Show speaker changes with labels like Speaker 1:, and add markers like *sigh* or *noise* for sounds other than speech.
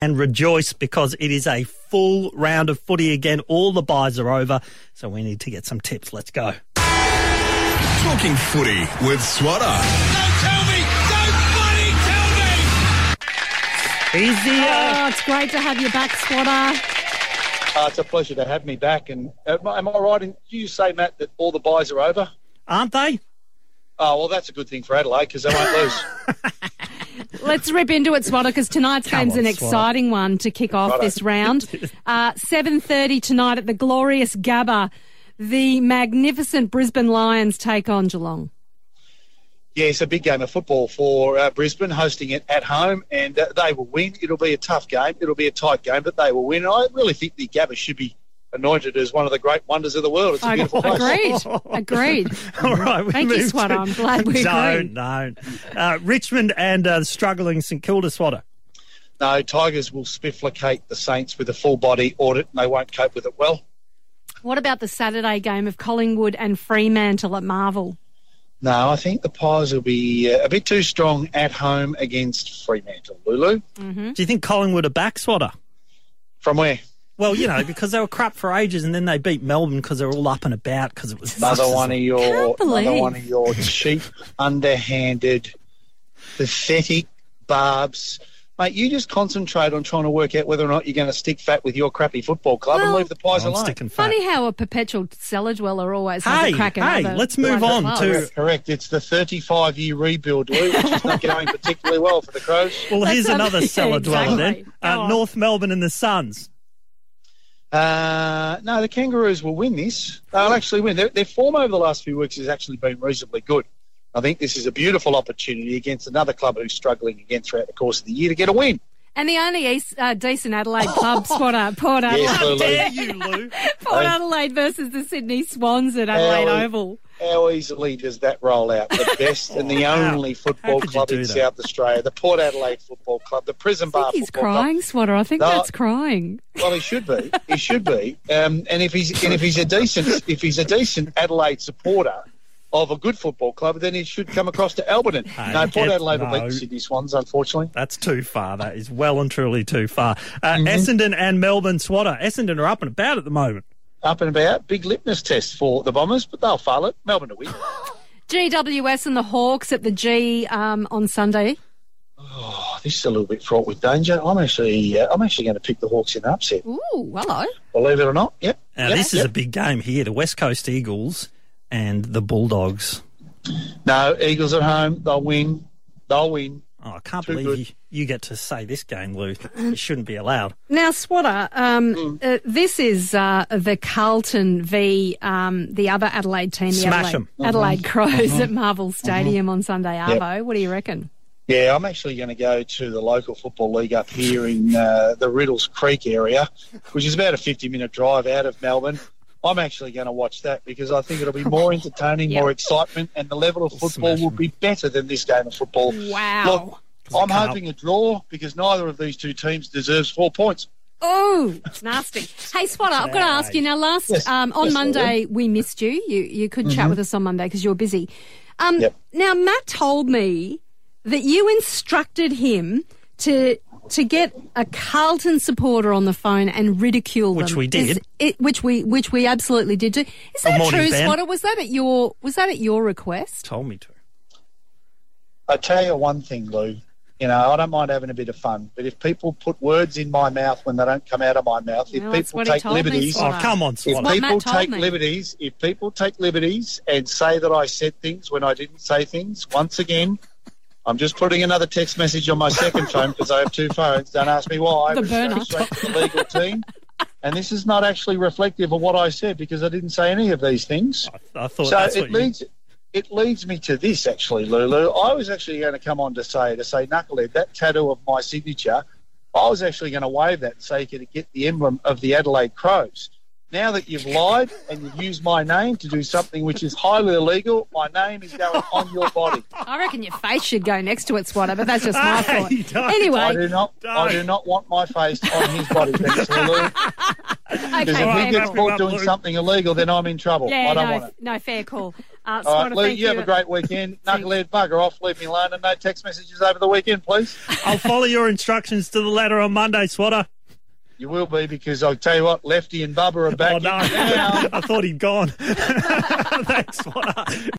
Speaker 1: and rejoice because it is a full round of footy again. All the buys are over, so we need to get some tips. Let's go.
Speaker 2: Talking footy with Swatter.
Speaker 3: Don't tell me! Don't bloody tell me!
Speaker 1: Easier.
Speaker 4: Oh, it's great to have you back, Swatter.
Speaker 5: Uh, it's a pleasure to have me back. And am I, am I right? In, you say, Matt, that all the buys are over?
Speaker 1: Aren't they? *laughs*
Speaker 5: Oh, well, that's a good thing for Adelaide because they won't lose.
Speaker 4: Let's rip into it, Swatter, because tonight's
Speaker 1: Come
Speaker 4: game's
Speaker 1: on,
Speaker 4: an
Speaker 1: Swatter.
Speaker 4: exciting one to kick off this round.
Speaker 1: *laughs*
Speaker 4: Uh, 7.30 tonight at the glorious Gabba. The magnificent Brisbane Lions take on
Speaker 1: *laughs*
Speaker 4: Geelong.
Speaker 5: Yeah, it's a big game of football for uh, Brisbane, hosting it at home, and uh, they will win. It'll be a tough game. It'll be a tight game, but they will win. And I really think the Gabba should be anointed as one of the great wonders of the world. It's a
Speaker 4: I-
Speaker 5: beautiful place.
Speaker 4: Agreed. Agreed.
Speaker 1: All right. We
Speaker 4: Thank you,
Speaker 1: move
Speaker 4: Swatter.
Speaker 1: to-
Speaker 4: I'm glad
Speaker 1: *laughs*
Speaker 4: we
Speaker 1: Don't,
Speaker 4: agreed.
Speaker 1: don't. Uh, Richmond and uh, struggling St Kilda Swatter.
Speaker 5: No, Tigers will spifflicate the Saints with a full body audit, and they won't cope with it well.
Speaker 4: What about the Saturday game of Collingwood and Fremantle at Marvel?
Speaker 5: No, I think the Pies will be uh, a bit too strong at home against Fremantle. Lulu,
Speaker 4: Hmm?
Speaker 1: Do you think Collingwood are back, Swatter?
Speaker 5: from where?
Speaker 1: Well, you know, because they were crap for ages, and then they beat Melbourne because they were all up and about because it was
Speaker 5: Another
Speaker 1: narcissism.
Speaker 5: one of your,
Speaker 4: Can't believe.
Speaker 5: another one of your cheap, underhanded, pathetic barbs, mate. You just concentrate on trying to work out whether or not you're going to stick fat with your crappy football club and
Speaker 4: Well-
Speaker 5: leave the pies
Speaker 1: I'm
Speaker 5: alone.
Speaker 1: sticking fat.
Speaker 4: Funny how a perpetual cellar dweller always has
Speaker 1: Hey,
Speaker 4: a crack at
Speaker 1: hey,
Speaker 4: other
Speaker 1: let's move on
Speaker 4: clubs.
Speaker 1: to-
Speaker 5: Correct, correct. It's the 35 year rebuild, Lou, which is not going particularly well for the Crows.
Speaker 1: Well, here's
Speaker 4: That's *laughs*
Speaker 1: another
Speaker 4: something-
Speaker 1: cellar dweller
Speaker 4: Exactly.
Speaker 1: then.
Speaker 4: Go
Speaker 1: Uh,
Speaker 4: on.
Speaker 1: North Melbourne and the Suns.
Speaker 5: Uh, no, the Kangaroos will win this. They'll actually win. Their, their form over the last few weeks has actually been reasonably good. I think this is a beautiful opportunity against another club who's struggling again throughout the course of the year to get a win.
Speaker 4: And the only East, uh, decent Adelaide club, Swatter, Port Adelaide.
Speaker 5: Yes, Lulu.
Speaker 1: Dare you, Lou?
Speaker 4: Port Adelaide versus the Sydney Swans at Adelaide
Speaker 5: Adelaide.
Speaker 4: Oval.
Speaker 5: How easily does that roll out? The best and
Speaker 1: *laughs*
Speaker 5: the
Speaker 1: Wow.
Speaker 5: only
Speaker 1: How
Speaker 5: football
Speaker 1: could you
Speaker 5: club
Speaker 1: do
Speaker 5: in
Speaker 1: that?
Speaker 5: South Australia, the Port Adelaide Football Club, the Prison
Speaker 4: I
Speaker 5: Bar
Speaker 4: think he's
Speaker 5: Football Club.
Speaker 4: crying, Swatter. I think
Speaker 5: No.
Speaker 4: that's crying.
Speaker 5: Well, he should be. He should be. Um, and if he's and if he's a decent if he's a decent Adelaide supporter of a good football club, then he should come across to Alberton. no, Port
Speaker 1: get-
Speaker 5: Adelaide will
Speaker 1: no.
Speaker 5: beat the Sydney Swans, unfortunately.
Speaker 1: That's too far. That is well and truly too far. Uh,
Speaker 5: Mm-hmm.
Speaker 1: Essendon and Melbourne Swatter. Essendon are up and about at the moment.
Speaker 5: Up and about, big litmus test for the Bombers, but they'll fail it. Melbourne to win.
Speaker 4: GWS and the Hawks at the G um, on Sunday.
Speaker 5: Oh, this is a little bit fraught with danger. I'm actually uh, I'm actually going to pick the Hawks in an upset.
Speaker 4: Ooh, hello.
Speaker 5: Believe it or not. Yep.
Speaker 1: Now,
Speaker 5: Yep,
Speaker 1: this is
Speaker 5: yep.
Speaker 1: a big game here. The West Coast Eagles and the Bulldogs.
Speaker 5: no Eagles at home. They'll win. They'll win.
Speaker 1: Oh, I can't
Speaker 5: Too
Speaker 1: believe
Speaker 5: good.
Speaker 1: you, you get to say this game, Lou. You shouldn't be allowed.
Speaker 4: Now, Swatter, um,
Speaker 5: Hmm.
Speaker 4: uh, this is uh, the Carlton v um, the other Adelaide team, the
Speaker 1: Smash
Speaker 4: Adelaide,
Speaker 1: 'em.
Speaker 5: Mm-hmm.
Speaker 4: Adelaide Crows at Marvel Stadium on Sunday, Arvo. What do you reckon?
Speaker 5: Yeah, I'm actually going to go to the local football league up here in uh, the Riddles Creek area, which is about a 50 minute drive out of Melbourne. I'm actually going to watch that because I think it'll be more entertaining,
Speaker 4: Yeah.
Speaker 5: more excitement, and the level of football
Speaker 1: smash
Speaker 5: will
Speaker 1: them.
Speaker 5: be better than this game of football.
Speaker 4: Wow.
Speaker 5: Look, I'm
Speaker 1: can't-
Speaker 5: hoping a draw because neither of these two teams deserves four points.
Speaker 4: Oh, it's nasty. Hey, Swatter, I've got to ask you now. Last
Speaker 5: Yes.
Speaker 4: um, on
Speaker 5: Yes, I
Speaker 4: Monday, we missed you. You you could
Speaker 1: Mm-hmm.
Speaker 4: chat with us on Monday because you were busy. Um,
Speaker 5: Yep.
Speaker 4: Now, Matt told me that you instructed him to to get a Carlton supporter on the phone and ridicule
Speaker 1: Which
Speaker 4: them.
Speaker 1: we
Speaker 4: Is
Speaker 1: did.
Speaker 4: it, which we which we absolutely did do. Is that
Speaker 1: morning,
Speaker 4: true,
Speaker 1: Ben.
Speaker 4: Swatter? Was that at your was that at your request?
Speaker 1: Told me to.
Speaker 5: I tell you one thing, Lou. You know, I don't mind having a bit of fun, but if people put words in my mouth when they don't come out of my mouth, if
Speaker 4: Well, that's
Speaker 5: people
Speaker 4: what he
Speaker 5: take
Speaker 4: told me,
Speaker 5: liberties,
Speaker 4: Swan.
Speaker 1: Oh,
Speaker 4: Swatter.
Speaker 1: come on,
Speaker 5: If
Speaker 1: Swatter.
Speaker 4: Well, Matt
Speaker 5: people
Speaker 4: told
Speaker 5: take
Speaker 4: me.
Speaker 5: liberties, if people take liberties and say that I said things when I didn't say things, once again, I'm just putting another text message on my second phone because I have two phones. Don't ask me why.
Speaker 4: The
Speaker 5: It was
Speaker 4: burner.
Speaker 5: going Straight to the legal team. And this is not actually reflective of what I said because I didn't say any of these things.
Speaker 1: I thought
Speaker 5: so
Speaker 1: that's what
Speaker 5: it
Speaker 1: you...
Speaker 5: leads it leads me to this actually, Lulu. I was actually going to come on to say to say knucklehead that tattoo of my signature. I was actually going to wave that and say you could get the emblem of the Adelaide Crows. Now that you've lied and you've used my name to do something which is highly illegal, my name is going on your
Speaker 4: *laughs*
Speaker 5: body.
Speaker 4: I reckon your face should go next to it, Swatter. But that's just
Speaker 1: *laughs*
Speaker 4: my
Speaker 1: Hey,
Speaker 4: thought.
Speaker 1: don't-
Speaker 5: I
Speaker 4: Anyway,
Speaker 5: do not. I do not want my face on his body. Thanks, Lulu.
Speaker 4: okay,
Speaker 5: Because if
Speaker 4: fair
Speaker 5: we get
Speaker 1: wrap him
Speaker 5: caught
Speaker 1: up,
Speaker 5: doing
Speaker 1: Lou.
Speaker 5: something illegal, then I'm in trouble.
Speaker 4: Yeah,
Speaker 5: I don't
Speaker 4: no,
Speaker 5: want it.
Speaker 4: no, fair call. Uh,
Speaker 5: All right,
Speaker 4: Swatter,
Speaker 5: Lou,
Speaker 4: thank
Speaker 5: you have a great weekend. Knucklehead, bugger off, leave me alone, and no text messages over the weekend, please.
Speaker 1: I'll follow your instructions to the letter on Monday, Swatter.
Speaker 5: You will be because I'll tell you what, Lefty and Bubba are
Speaker 1: *laughs*
Speaker 5: back.
Speaker 1: Oh, no.
Speaker 5: in town.
Speaker 1: I thought he'd gone. Thanks, Swatter.